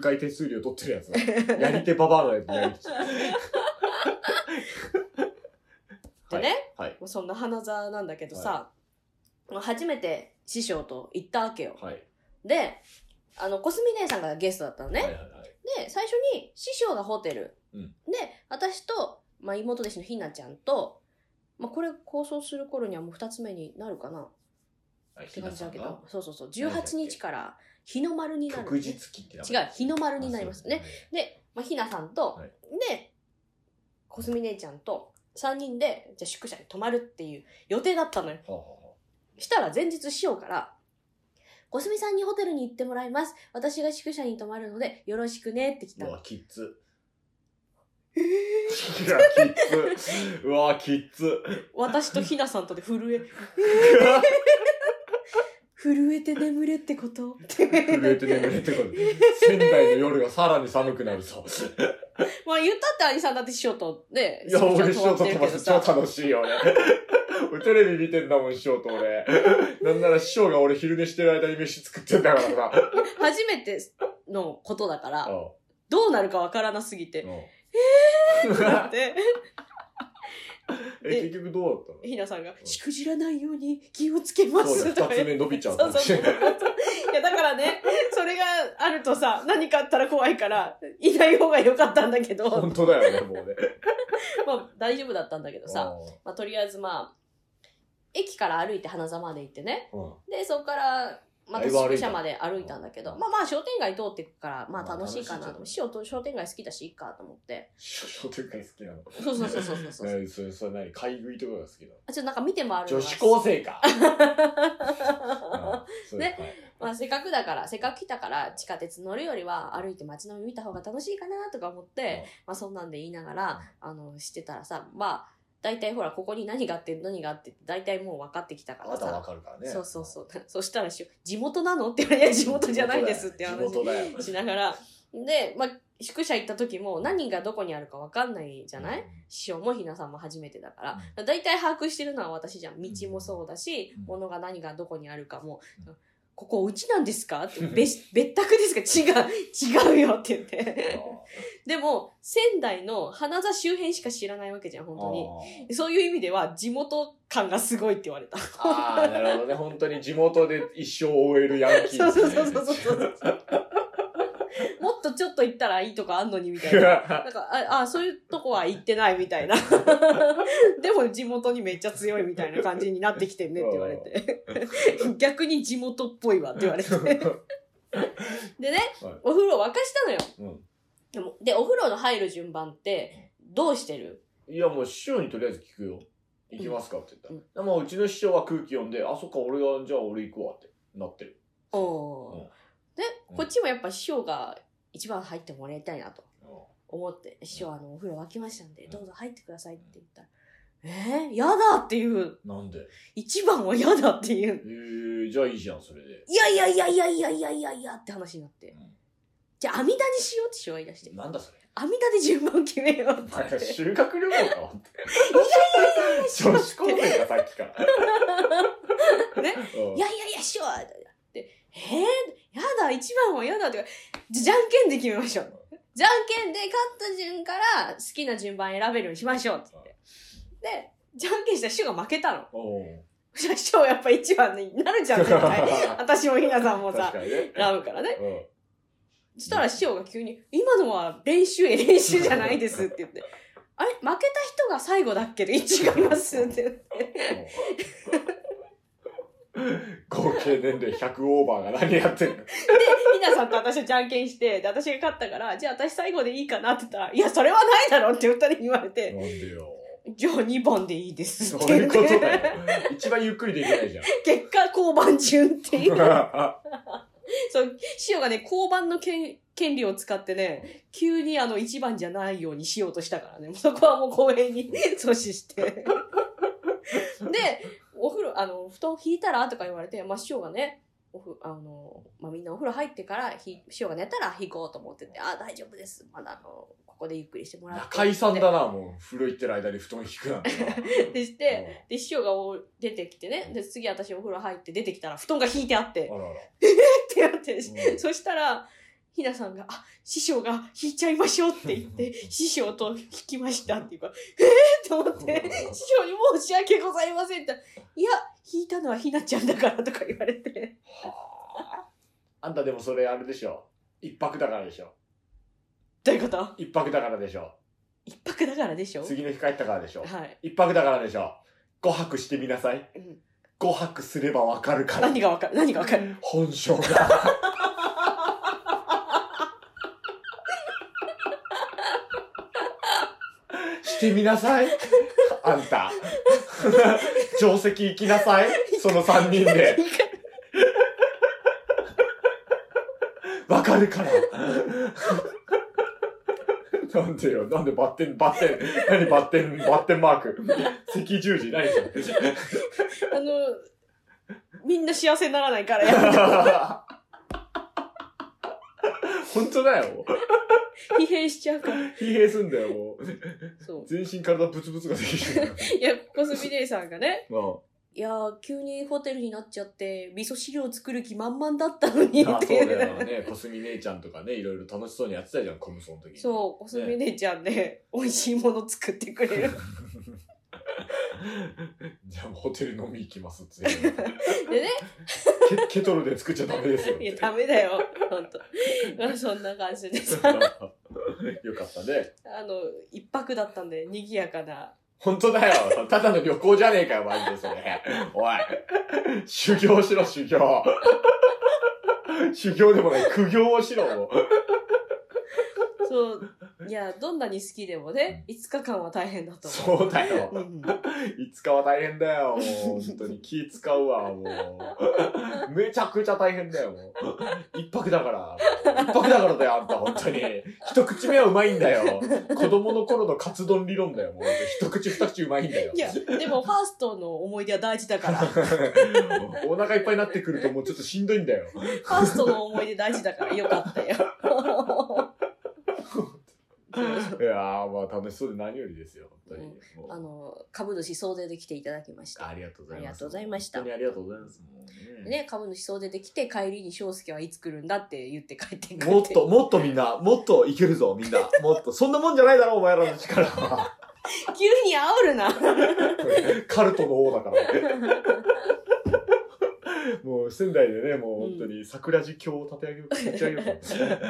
介手数料取ってるやつだ。やり手ババアのやつやり手
でね、
はいはい
もうそんな花座なんだけどさ
は、
もう初めて師匠と行ったわけよ。
はい。
で、あの、コスミ姉さんがゲストだったのね。
はいはいはい。
で、最初に師匠がホテル。
うん
で、私と、まあ、妹弟子のひなちゃんと、まあ、これ構想する頃にはもう二つ目になるかなって感じだけど、そうそうそう、
何だっけ
18日から日の丸になる、
旭日記って
違う、日の丸になりますね。。で、まあ、ひなさんと、
はい
で、コスミ姉ちゃんと、3人で、じゃあ宿舎に泊まるっていう予定だったのよ。
はあはあはあ
したら前日師匠から、コスミさんにホテルに行ってもらいます。私が宿舎に泊まるので、よろしくねって来た
う
の
わ、キッズ。いや、キッズ。うわ、キッズ。
私とひなさんとで震 え、震えて眠れってこと
震えて眠れってこと。仙台の夜がさらに寒くなるぞ。
まあ言ったって兄さんだって師匠とね、
いや、俺、シ
仕事
ョート
終
飛
わ
ば
ってる
す。超
けどさ
楽しいよね。俺テレビ見てんだもん、師匠と俺。なんなら師匠が俺昼寝してる間に飯作ってんだからさ。
初めてのことだか
う
ら、
ん
どうなるかわからなすぎて、だって、
え、結局どうだったの
ひなさんが、しくじらないように気をつけま
そうだ
す
よ
とか言っ
二つ
て。
目伸びちゃう
そうそうそういや、だからね、それがあるとさ、何かあったら怖いから、いない方が良かったんだけど、
本当だよね、もうね。
まあ大丈夫だったんだけどさ、まあ、とりあえずまあ、駅から歩いて花座まで行ってね。
うん
で、そこから、また
だいぶ歩
宿
いた
舎まで歩いたんだけど、
うん
まあまあ商店街通ってくから、まあ
まあ
楽しいかなと。
楽し
師匠と商店街好きだし、いいかと思 って。
商店街好きなの。
そうそうそうそうそうそう。
ねそれ、それ何買い食いとかが好きなの
あ、ちょっとなんか見て回るの
女
が
子高生 か。
ね
ね。
まあせっかくだから、せっかく来たから、地下鉄乗るよりは歩いて街並み見た方が楽しいかなとか思って、まあそんなんで言いながら、あの、してたらさ、まあ、大体ほら、ここに何があって、何があってって、大体もう分かってきたか
あな
ら
た
さ
はわ。かるからね。
そうそうそう。 そしたらし、地元なのって言われて、いや地元じゃないですって
地
話
元だよ。
しながら。で、まあ、宿舎行った時も何がどこにあるかわかんないじゃない、師匠もひなさんも初めてだから。だいたい把握してるのは私じゃん。道もそうだし、
うん
物が何がどこにあるかも。
う
ここうちなんですかって、べし別宅ですか違う、違うよって言って。 でも、仙台の花座周辺しか知らないわけじゃん、本当に。
に。
そういう意味では、地元感がすごいって言われた。
あーあー、なるほどね。本当に地元で一生終えるヤンキ ー。
そうそうそうそうそうそうもっとちょっと行ったらいいとこあんのにみたいな。なんか、あ、あそういうとこは行ってないみた いな。でも地元にめっちゃ強いみたいな感じになってきてんねって言われて。逆に地元っぽいわって言われて。でね、
はい
お風呂沸かしたのよ、
うん
でも。で、お風呂の入る順番って、どうしてる
いや、もう師匠にとりあえず聞くよ。行きますかって言った
う
ら
ん。
でもうちの師匠は空気読んで、あ、そっか、俺が、じゃあ俺行くわってなってる。
お
うん
ーで、こっちもやっぱ師匠が一番入ってもらいたいなと。
うん
思って、師匠、あの、お風呂沸きましたんで、どうぞ入ってくださいって言ったら、えー、やだっていう。
なんで
一番はやだっていう。
えー、じゃあいいじゃん、それで。
いやいやいやいやいやいやいやいやって話になって。
うん
じゃあ、網田にしようって人が言い出して。
なんだそれ。
網田で順番決めようって
なん
言
か
って。
修学旅行か、ほんと。女子高生か、さっきから。
ね
うん
いやいやいや、しようって。えー、やだ、一番はやだってか。じゃじゃんけんで決めましょう。じゃんけんで勝った順から好きな順番選べるようにしましょうって言って。で、じゃんけんしたら主が負けたの。
おう
じゃあ、主はやっぱ一番になるじゃん、絶対。私もひなさんも
確
さ、
かにね。
選ぶからね。
うん
そしたら師匠が急に、今のは練習、練習じゃないですって言って、 あれ負けた人が最後だっけ違いますって言 って。
合計年齢100オーバーが何やってんの
ひなさんと私はじゃんけんして、で、私が勝ったから、じゃあ私最後でいいかなって言ったら、いや、それはないだろうって二人に言われて、
なんでよ。
じゃあ2番でいいです
そ
っ
う
て
い
言っ
うこ
て。
とだよ。一番ゆっくりできない じゃん。
結果、交番順っていう。
あ
そう、師匠がね、交番の権権利を使ってね、急にあの一番じゃないようにしようとしたからね、 そこはもう公平に 阻止 して。で、お風呂、あの、布団引いたらとか言われて、まあ師匠がね、おふあの、まあ、みんなお風呂入ってから、ひ師匠が寝たら引こうと思ってて、あ、大丈夫です。まだあの、ここでゆっくりしてもらって。
中井さんだな、もう。風呂行ってる間に布団引くなんてな。
でして、で、師匠がお出てきてね、で、次私お風呂入って出てきたら、布団が引いてあって
うん、あらあら。
ってなって、
うん
そしたら、ひなさんが、あ、師匠が引いちゃいましょうって言って、師匠と引きましたっていう から、えー、と思って、師匠に申し訳ございませんって言ったら。いや、引いたのはひなちゃんだからとか言われて。
はああんたでもそれあれでしょ。一泊だからでしょ。
どういうこと
一泊だからでしょ。
一泊だからでしょ
次の日帰ったからでしょ。
はい。
一泊だからでしょ。五泊してみなさい。
うん
五泊すればわかるから。
何がわかる何がわかる
本性が。してみなさい。あんた。定石行きなさい。その三人で。わかるから。なんでよ、なんでバッテン、バッテン、何バッテン、バッテンマーク。赤十字、何それ。
あの、みんな幸せにならないからやめた。
本当だよ。
疲弊しちゃうから。
疲弊すんだよ、もう。
そ
全身体ブツブツができてる。
う。いや、コスミネイさんがね、
うんあ
いやー、急にホテルになっちゃって、味噌汁を作る気満々だったのにっ
あそう
て。
だよね。小杉姉ちゃんとかね、いろいろ楽しそうにやってたじゃん、コムソの時に。
そう、おすみ姉ちゃんね、美味しいもの作ってくれ る。
じゃあもうホテル飲み行きますって。 で
ね。
ケトルで作っちゃダメ ですよっ
い
て。
や、ダメだよ、ほ んと。まあそんな感じでさ、
よかったね。
あの、一泊だったんで、賑やかな。
本当だよ。ただの旅行じゃねえかよ、マジでそれ。おい。修行しろ、修行。修行でもない、苦行をしろ。もう
そう、いや、どんなに好きでもね、5日間は大変だと思
そうだよ。
う。うん、
いつかは大変だよ、もう。本当に気使うわ、もう。めちゃくちゃ大変だよ、もう。一泊だから。一泊だからだよ、あんた、本当に。一口目はうまいんだよ。子供の頃のカツ丼理論だよ、もう。一口二口うまいんだよ
い。や、でも、ファーストの思い出は大事だから。フ
お腹いっぱいになってくるともうちょっとしんどいんだよ。
ァーストの思い出大事だから、よかった よ。
いやー、まあ楽しそうで何よりですよ、本当に。もう
あの、株主総出で来ていただきました
あ。りがとうござ
あ
います。
りがとうございました
本当にありがとうございます。もうね
ね、株主総出で来て、帰りに翔介はいつ来るんだって言って帰ってくるて
もっと、もっとみんな、もっといけるぞ、みんな。もっと。そんなもんじゃないだろ、お前らの力は。
急に煽るな。
カルトの王だから。もう仙台でね、もう本当に桜寺教を立て上げよう、立ち上げ ようと思って。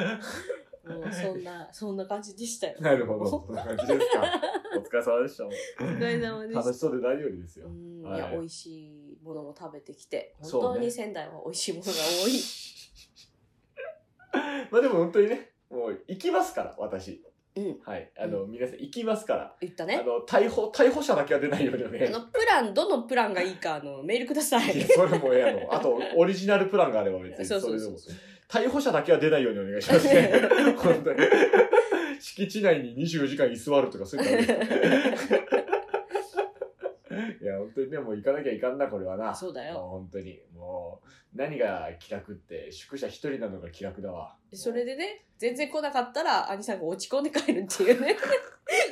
もうそんな、そんな感じでしたよ。
なるほど、そんな感 じですか。お疲れ様でした。
お疲れ様で
楽
し
しそうで何よりです
た。
よ
う。ん、
はいい
や、美味しいものも食べてきて、本
そう
当
ね
に仙台は美味しいものが多い。
まあでも本当にね、もう行きますから、私。
うん
はい。あの、皆さん行きますから。
言った
あ
ね。
の、逮捕、逮捕者だけは出ないように
あ
ね。
の、プラン、どのプランがいいか、あの、メールくださ
いや
い。
それもええやろ。あと、オリジナルプランがあれば別に。
そうそう
れで
そ
も
う。
逮捕者だけは出ないようにお願いします ね。本当に。敷地内に24時間居座るとかそういうのはいや、本当にね、もう行かなきゃいかんな、これはな。
そうだよ
もう本当に。もう、何が気楽って、宿舎一人なのが気楽だわ。
それでね、全然来なかったら、兄さんが落ち込んで帰るっていうね。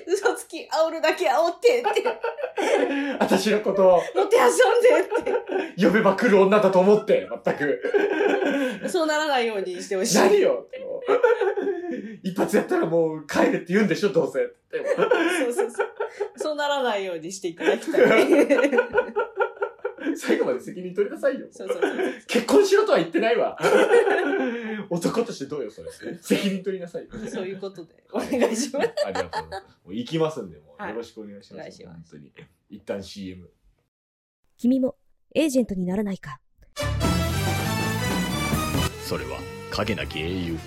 嘘つき、煽るだけ煽 ってって、
私のことを、
もてあそんでっ
呼べば来る女だと思って、全く。
て。そうならないようにしてほしい。
何よってもう一発やったらもう帰るって言うんでしょ、どうせ。でも
そうそうそう。そうならないようにしていただきたい。
最後まで責任取りなさいよ。
そうそうそう。
結婚しろとは言ってないわ。男としてどうよ、それ。責任取りな さいよ。
そういうことで、お願いします。
ありがとうございます。もう行きますんで、もう
はい
よろしくお願いし
お
ま
願い
す。
し
本
ま
当に。一旦 CM。
君もエージェントにならないか
それは影なき英雄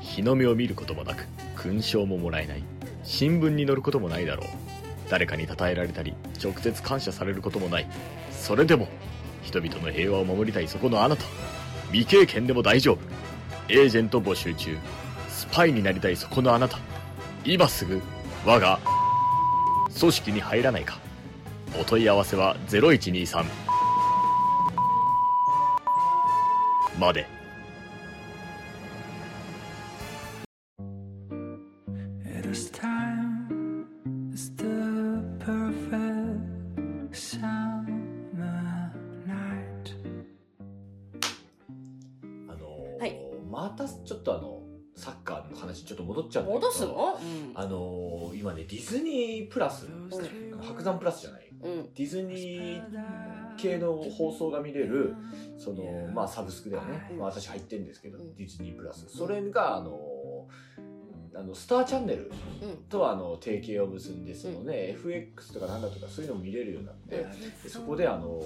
日の目を見ることもなく勲章ももらえない新聞に載ることもないだろう誰かに称えられたり直接感謝されることもないそれでも人々の平和を守りたいそこのあなた未経験でも大丈夫エージェント募集中スパイになりたいそこのあなた今すぐ我が組織に入らないかお問い合わせは0123まで
あのー
はい
またちょっとあの、サッカーの話ちょっと戻っちゃうんだけど
戻すのうん。
あのー今ね、ディズニープラス、あの白山プラスじゃない。
うん。
ディズニー系の放送が見れる、その、まあサブスクだよね。まあ私入ってるんですけど、
うん
ディズニープラス。それが、あのーあのスターチャンネル
うん。
とはあの提携を結んでそのね、FX とかなんだとかそういうのも見れるようになって、でそこであの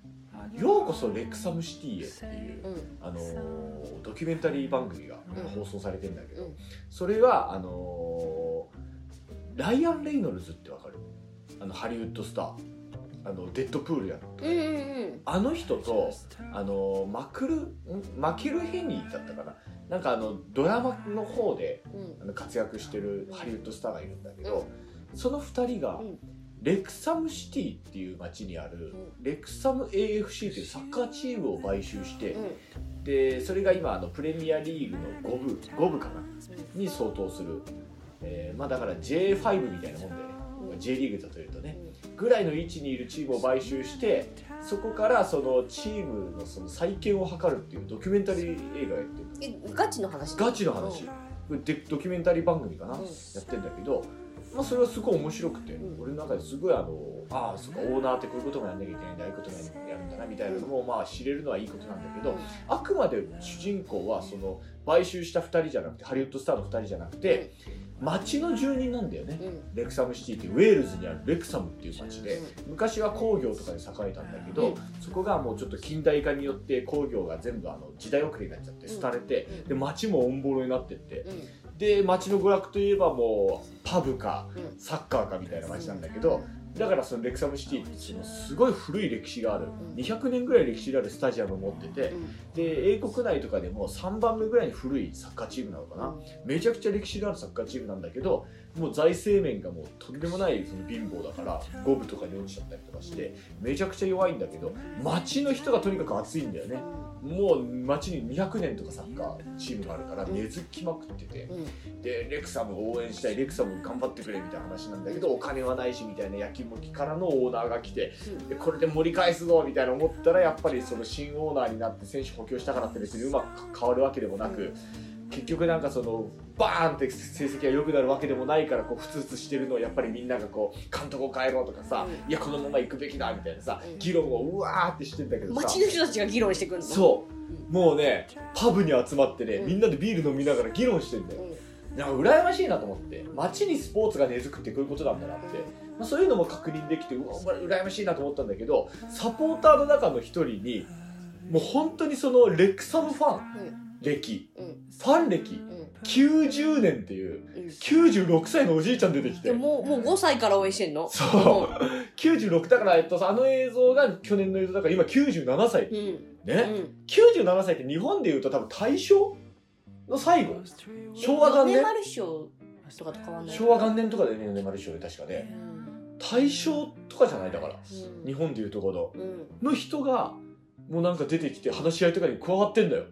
「ようこそレクサムシティへ」っていう、
うん。
あのドキュメンタリー番組が
うん
放送されてんだけど、
うん
それはあのライアン・レイノルズってわかるあのハリウッドスターあのデッドプールや
うんうん
あの人とあのマクルんマキルヘニーだったかななんかあのドラマの方で
うん。うん。
あの活躍してるハリウッドスターがいるんだけど、その2人が
うん
レクサムシティっていう町にある
う
レクサム AFC というサッカーチームを買収して
うん。
でそれが今あのプレミアリーグの5部5部かなに相当する、えーまあ、だから J5 みたいなもんで、
うん
J リーグだというとねぐらいの位置にいるチームを買収してそこからそのチームのその再建を図るっていうドキュメンタリー映画やってる
え、ガチの話
ガチの話、でドキュメンタリー番組かな、
うん
やってんだけど、まあ、それはすごい面白くて、
うん
俺の中ですごいあのああそっかオーナーってこういうこともやんなきゃいけないんだああいうこともやるんだなみたいなのも、まあ知れるのはいいことなんだけど、あくまで主人公はその買収した2人じゃなくてハリウッドスターの2人じゃなくて、町の住人なんだよね、
うん。
レクサムシティってウェールズにあるレクサムっていう町で昔は工業とかで栄えたんだけど、
うん
そこがもうちょっと近代化によって工業が全部あの時代遅れになっちゃって廃れて、
うん
で町もオンボロになってって
うん。
で町の娯楽といえばもうパブか
うん
サッカーかみたいな町なんだけどだからそのレクサムシティってそのすごい古い歴史がある
ん
200年ぐらい歴史があるスタジアムを持っててで英国内とかでも3番目ぐらいに古いサッカーチームなのかなめちゃくちゃ歴史のあるサッカーチームなんだけどもう財政面がもうとんでもないその貧乏だから五分とかに落ちちゃったりとかしてめちゃくちゃ弱いんだけど町の人がとにかく熱いんだよねもう町に200年とかサッカーチームがあるから根付きまくってて
うん。
でレクサム応援したいレクサム頑張ってくれみたいな話なんだけどお金はないしみたいなやきもきからのオーナーが来てでこれで盛り返すぞみたいな思ったらやっぱりその新オーナーになって選手補強したからって別にうまく変わるわけでもなく結局なんかそのバーンって成績が良くなるわけでもないからこうふつふつしてるのをやっぱりみんながこう監督を変えろとかさ、
う
いやこのまま行くべきだみたいなさ、
うん
議論をうわーってしてんだけどさ
町の人たちが議論してくるの
そうもうねパブに集まってね、
うん
みんなでビール飲みながら議論してんだよ、なんか羨ましいなと思って街にスポーツが根付くってこういうことなんだなって、まあ、そういうのも確認できてうわ羨ましいなと思ったんだけどサポーターの中の一人にもう本当にそのレクサムファン
うん
歴
うん
ファン歴
うん
90年っていう
うん
96歳のおじいちゃん出てきて
でもうもう5歳から応援してんの
そう96だから、えっと、あの映像が去年の映像だから今97歳
うんうんう
ね
ん
97歳って日本でいうと多分大正の最後昭和元
米
年
丸賞とかと変わんない
昭和元年とかでね米丸賞で確かね
うん
大正とかじゃないだから
うん
日本でいうところ
うん
の人がもうなんか出てきて話し合いとかに加わってんだよ、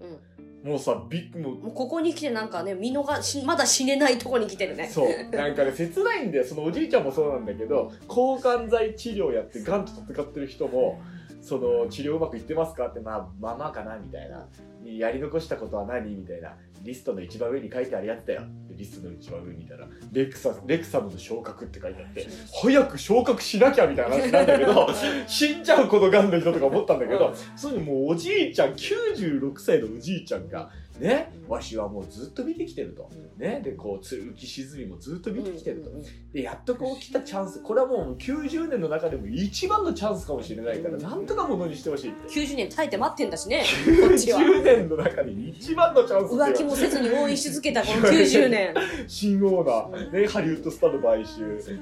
もうさビッグ もう
もうここに来てなんかね見逃しまだ死ねないとこに来てるね
そうなんかね切ないんだよそのおじいちゃんもそうなんだけど抗がん剤治療やってがんと戦ってる人もその治療うまくいってますかってまあまあまあかなみたいなやり残したことは何みたいなリストの一番上に書いてあるやつだよリストの一番上にいたらレクサレクサムの昇格って書いてあって早く昇格しなきゃみたいな話なんだけど死んじゃうこのがんの人とか思ったんだけどそういうのもうおじいちゃん96歳のおじいちゃんがねわしはもうずっと見てきてると。ね、でこうつ浮き沈みもずっと見てきてると、でやっとこう来たチャンスこれはもう90年の中でも一番のチャンスかもしれないからなんとかものにしてほしいって
90年耐えて待ってんだし ねこっちは
90年の中で一番のチャンス
浮気もせずに応援し続けたこの90年
新オーナー、ね、ハリウッドスターの買収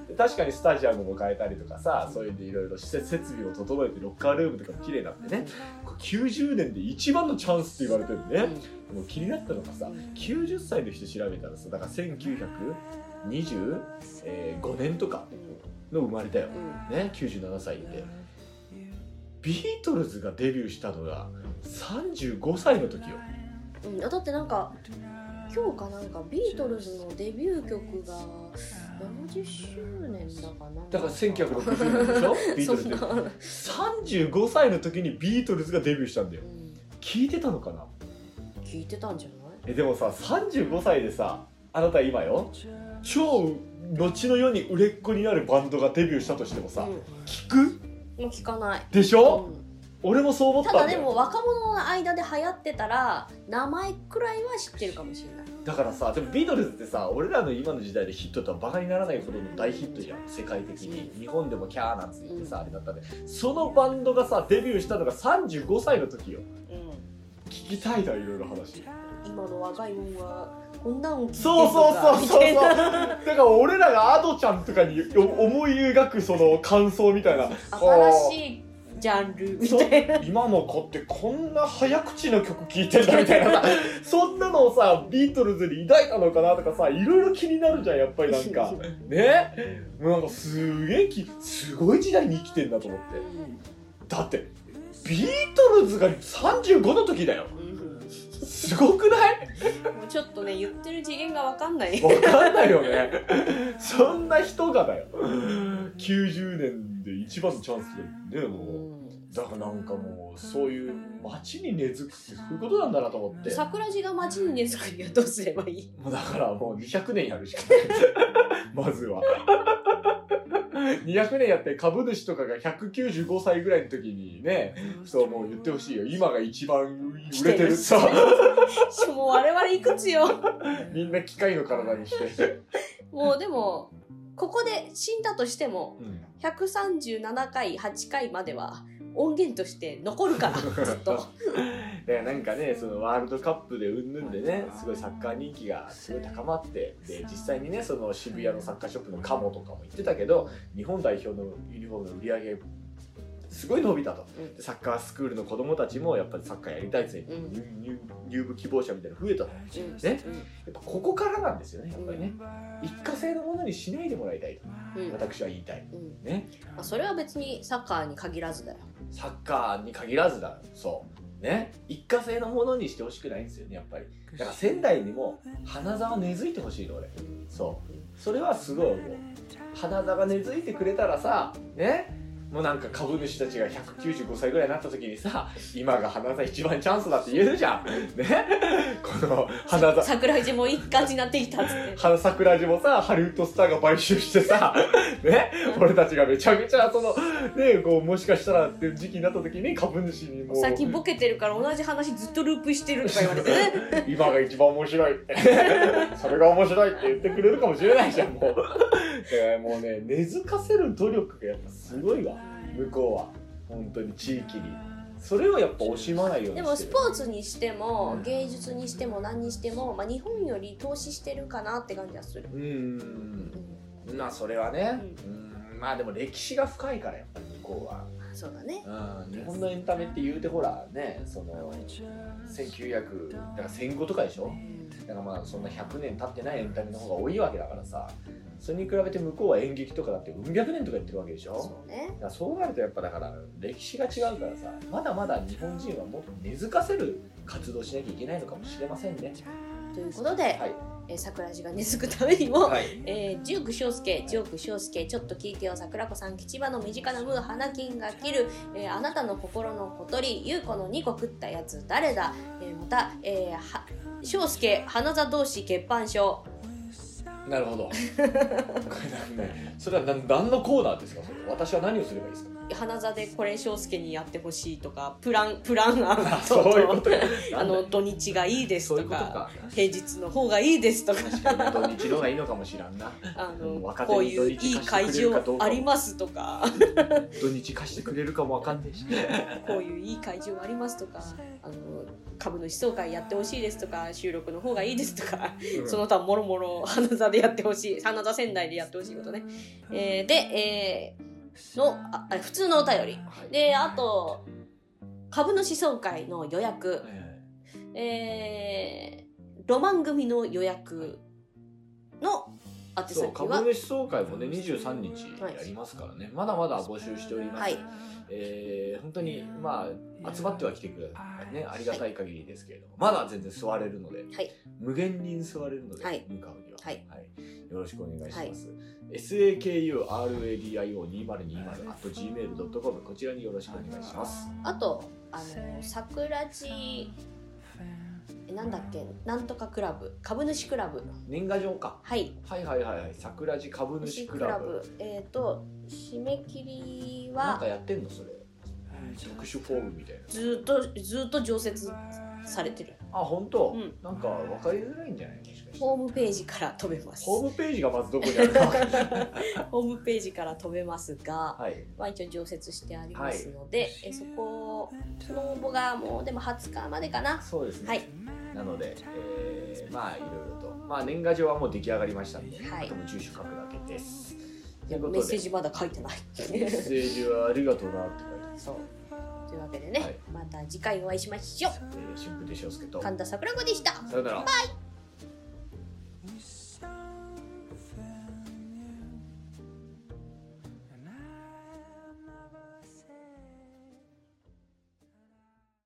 で確かにスタジアムも変えたりとかさそういうでいろいろ施設設備を整えてロッカールームとかも綺麗になってねこれ90年で一番のチャンスって言われてるね、もう気になったのがさ90歳の人調べたらさだから1925年とかの生まれだよ、ね、97歳ってビートルズがデビューしたのが35歳の時よ
うん、あだってなんか今日かなんかビートルズのデビュー曲が70周年だかな
だから1960年でしょビートルズデビュー
そんな
35歳の時にビートルズがデビューしたんだよ
うん
聞いてたのかな
聞いてたんじゃない
えでもさ35歳でさあなた今よ超後の世に売れっ子になるバンドがデビューしたとしてもさ、
う
聞く
ん、もう聞かない、
でしょ、
うん
俺もそう思ったた
だ
んだ
で
よ
も若者の間で流行ってたら名前くらいは知ってるかもしれない
だからさでもビートルズってさ俺らの今の時代でヒットとはバカにならないほどの大ヒットじゃん世界的に日本でもキャーなんつって言ってさあれだったねそのバンドがさデビューしたのが35歳の時よ
うん、
聞きたいだいろいろ話
今の若いもんはこんなんを聞いてる
そうそうそうそうそう
みた
だ
いな
から俺らがアドちゃんとかにお思い描くその感想みたいな
新しいジャンルみ
そう
たいな
今の子ってこんな早口の曲聴いてんだみたいなさそんなのをさビートルズに抱いたのかなとかさいろいろ気になるじゃんやっぱりなんかねもうなんかすげえきすごい時代に生きてんだと思ってだってビートルズが35の時だよ
うん
すごくない
もうちょっとね言ってる次元がわかんない
わかんないよね そんな人がだよ90年で一番のチャンスだよねもうだからなんかもうそういう街に根付くってそういうことなんだなと思って
桜地が街に根付くにはどうすればいい
もうだからもう200年やるしかない まずは200年やって株主とかが195歳ぐらいの時にねそうもう言ってほしいよ今が一番売れてるさ
もう我々いくつよ
みんな機械の体にして、
もうでもここで死んだとしても
うん
137回8回までは音源として残る からずっと
だからなんかねそのワールドカップでうんぬんでねすごいサッカー人気がすごい高まってで実際にねその渋谷のサッカーショップのカモとかも言ってたけど日本代表のユニフォームの売り上げすごい伸びたと
うん
でサッカースクールの子供たちもやっぱりサッカーやりたいぜ、
うん
入入入部希望者みたいなの増えたとや
うん
ねっぱここからなんですよねやっぱりね一過性のものにしないでもらいたいと
うん
私は言いたい
うん
ね
まあそれは別にサッカーに限らずだよ
サッカーに限らずだそうね一過性のものにしてほしくないんですよねやっぱりだから仙台にも花座は根付いてほしいの俺そうそれはすごい思う花座が根付いてくれたらさねもうなんか株主たちが195歳ぐらいになった時にさ今が花座一番チャンスだって言えるじゃんねこの花座
桜地もいい感じになってきたっつっ て
花桜地もさハリウッドスターが買収してさね俺たちがめちゃめちゃそのねこうもしかしたらっていう時期になった時に株主にもう
最近ボケてるから同じ話ずっとループしてるとか言われてね
今が一番面白いって それが面白いって言ってくれるかもしれないじゃんもうだからもうね根付かせる努力がやっぱすごいわ向こうは本当に地域にそれをやっぱ惜しまないよう
で
にしてる
もスポーツにしても芸術にしても何にしても、まあ、日本より投資してるかなって感じはする、
う
うんん、
まあそれはね、うん、まあでも歴史が深いからやっぱり向こうは
そうだね
うん日本のエンタメって言うてほらねその1900だから戦後とかでしょだからまあそんな100年経ってないエンタメの方が多いわけだからさそれに比べて向こうは演劇とかだってうん百年とか言ってるわけでしょ
そうね
だからそうなるとやっぱだから歴史が違うからさまだまだ日本人はもっと根付かせる活動をしなきゃいけないのかもしれませんね
ということで、
はい
えー桜地が根付くためにも、
はい
えー、ジューク翔介、ジョーク翔介、ちょっと聞いてよ、桜子さん、吉場の身近なムー、花金が切る、えーあなたの心の小鳥、優子の2個食ったやつ、誰だ、えーまた、えー、は翔介、花座同士欠板症、
なるほどこれなんかねそれは何何のコーナーですかそれ私は何をすればいいですか
花座でこれ翔介にやってほしいとか、プラン、プラン案
あ
と、
そういうことか
あの、土日がいいです
そうい
と
うこと
か、
か
平日の方がいいですとか、
確かに土日の方がいいのかもしらんな
あの、
若手
こう
に土
いうい
日貸
い
してくれる
会
かどうか
場ありますとか。
土日貸してくれるかもわかんないし
こういういい会場がありますとか、あの株主総会やってほしいですとか、収録の方がいいですとか、その他もろもろ花座でやってほしい、花座仙台でやってほしいことね。えーで、えーのあ、あ普通のお便り。で、あと、株主総会の予約、えーロマン組の予約の宛
そ
先
う
は、
株主総会もね23日やりますからね、まだまだ募集しております、
はい
えー本当にまあ集まっては来てくれるねありがたい限りですけれども、まだ全然座れるので、
はい
無限に座れるので、
はい
向かうには、
はい
よろしくお願いします、sakuradio2020.gmail.com こちらによろしくお願いします
あと、あの、桜地、えなんだっけ、なんとかクラブ、株主クラブ。
年賀状か
はい、
はいはいはいはい桜地株
株
主
主ク
ク
ラ
ラブ
ブ。えっ、と、締め切り
なん
は
かやってんのそれ特殊フォームみたいな
ずっと、ずっと常設されてる。
あ本当、
うん
なんか分かりづらいんじゃないもしかして
ホームページから飛べます。
ホームページがまずどこにあるか分か んない
ホームページから飛べますが、
はい
まあ、一応常設してありますので、えそこ、その応募がもうでも20日までかな。
そうですね、
はい
なので、えーまあいろいろとまあ年賀状はもう出来上がりましたんで、
はい
あともう住所書くだけですと
メ
いうこと
ッセ
で
ージまだ書い てない。
メッセージはありがとうなって書いてます
そう。というわけでね、
はい
また次回お会いしましょう。
えー春風亭昇介と
神田桜子でした。
さよなら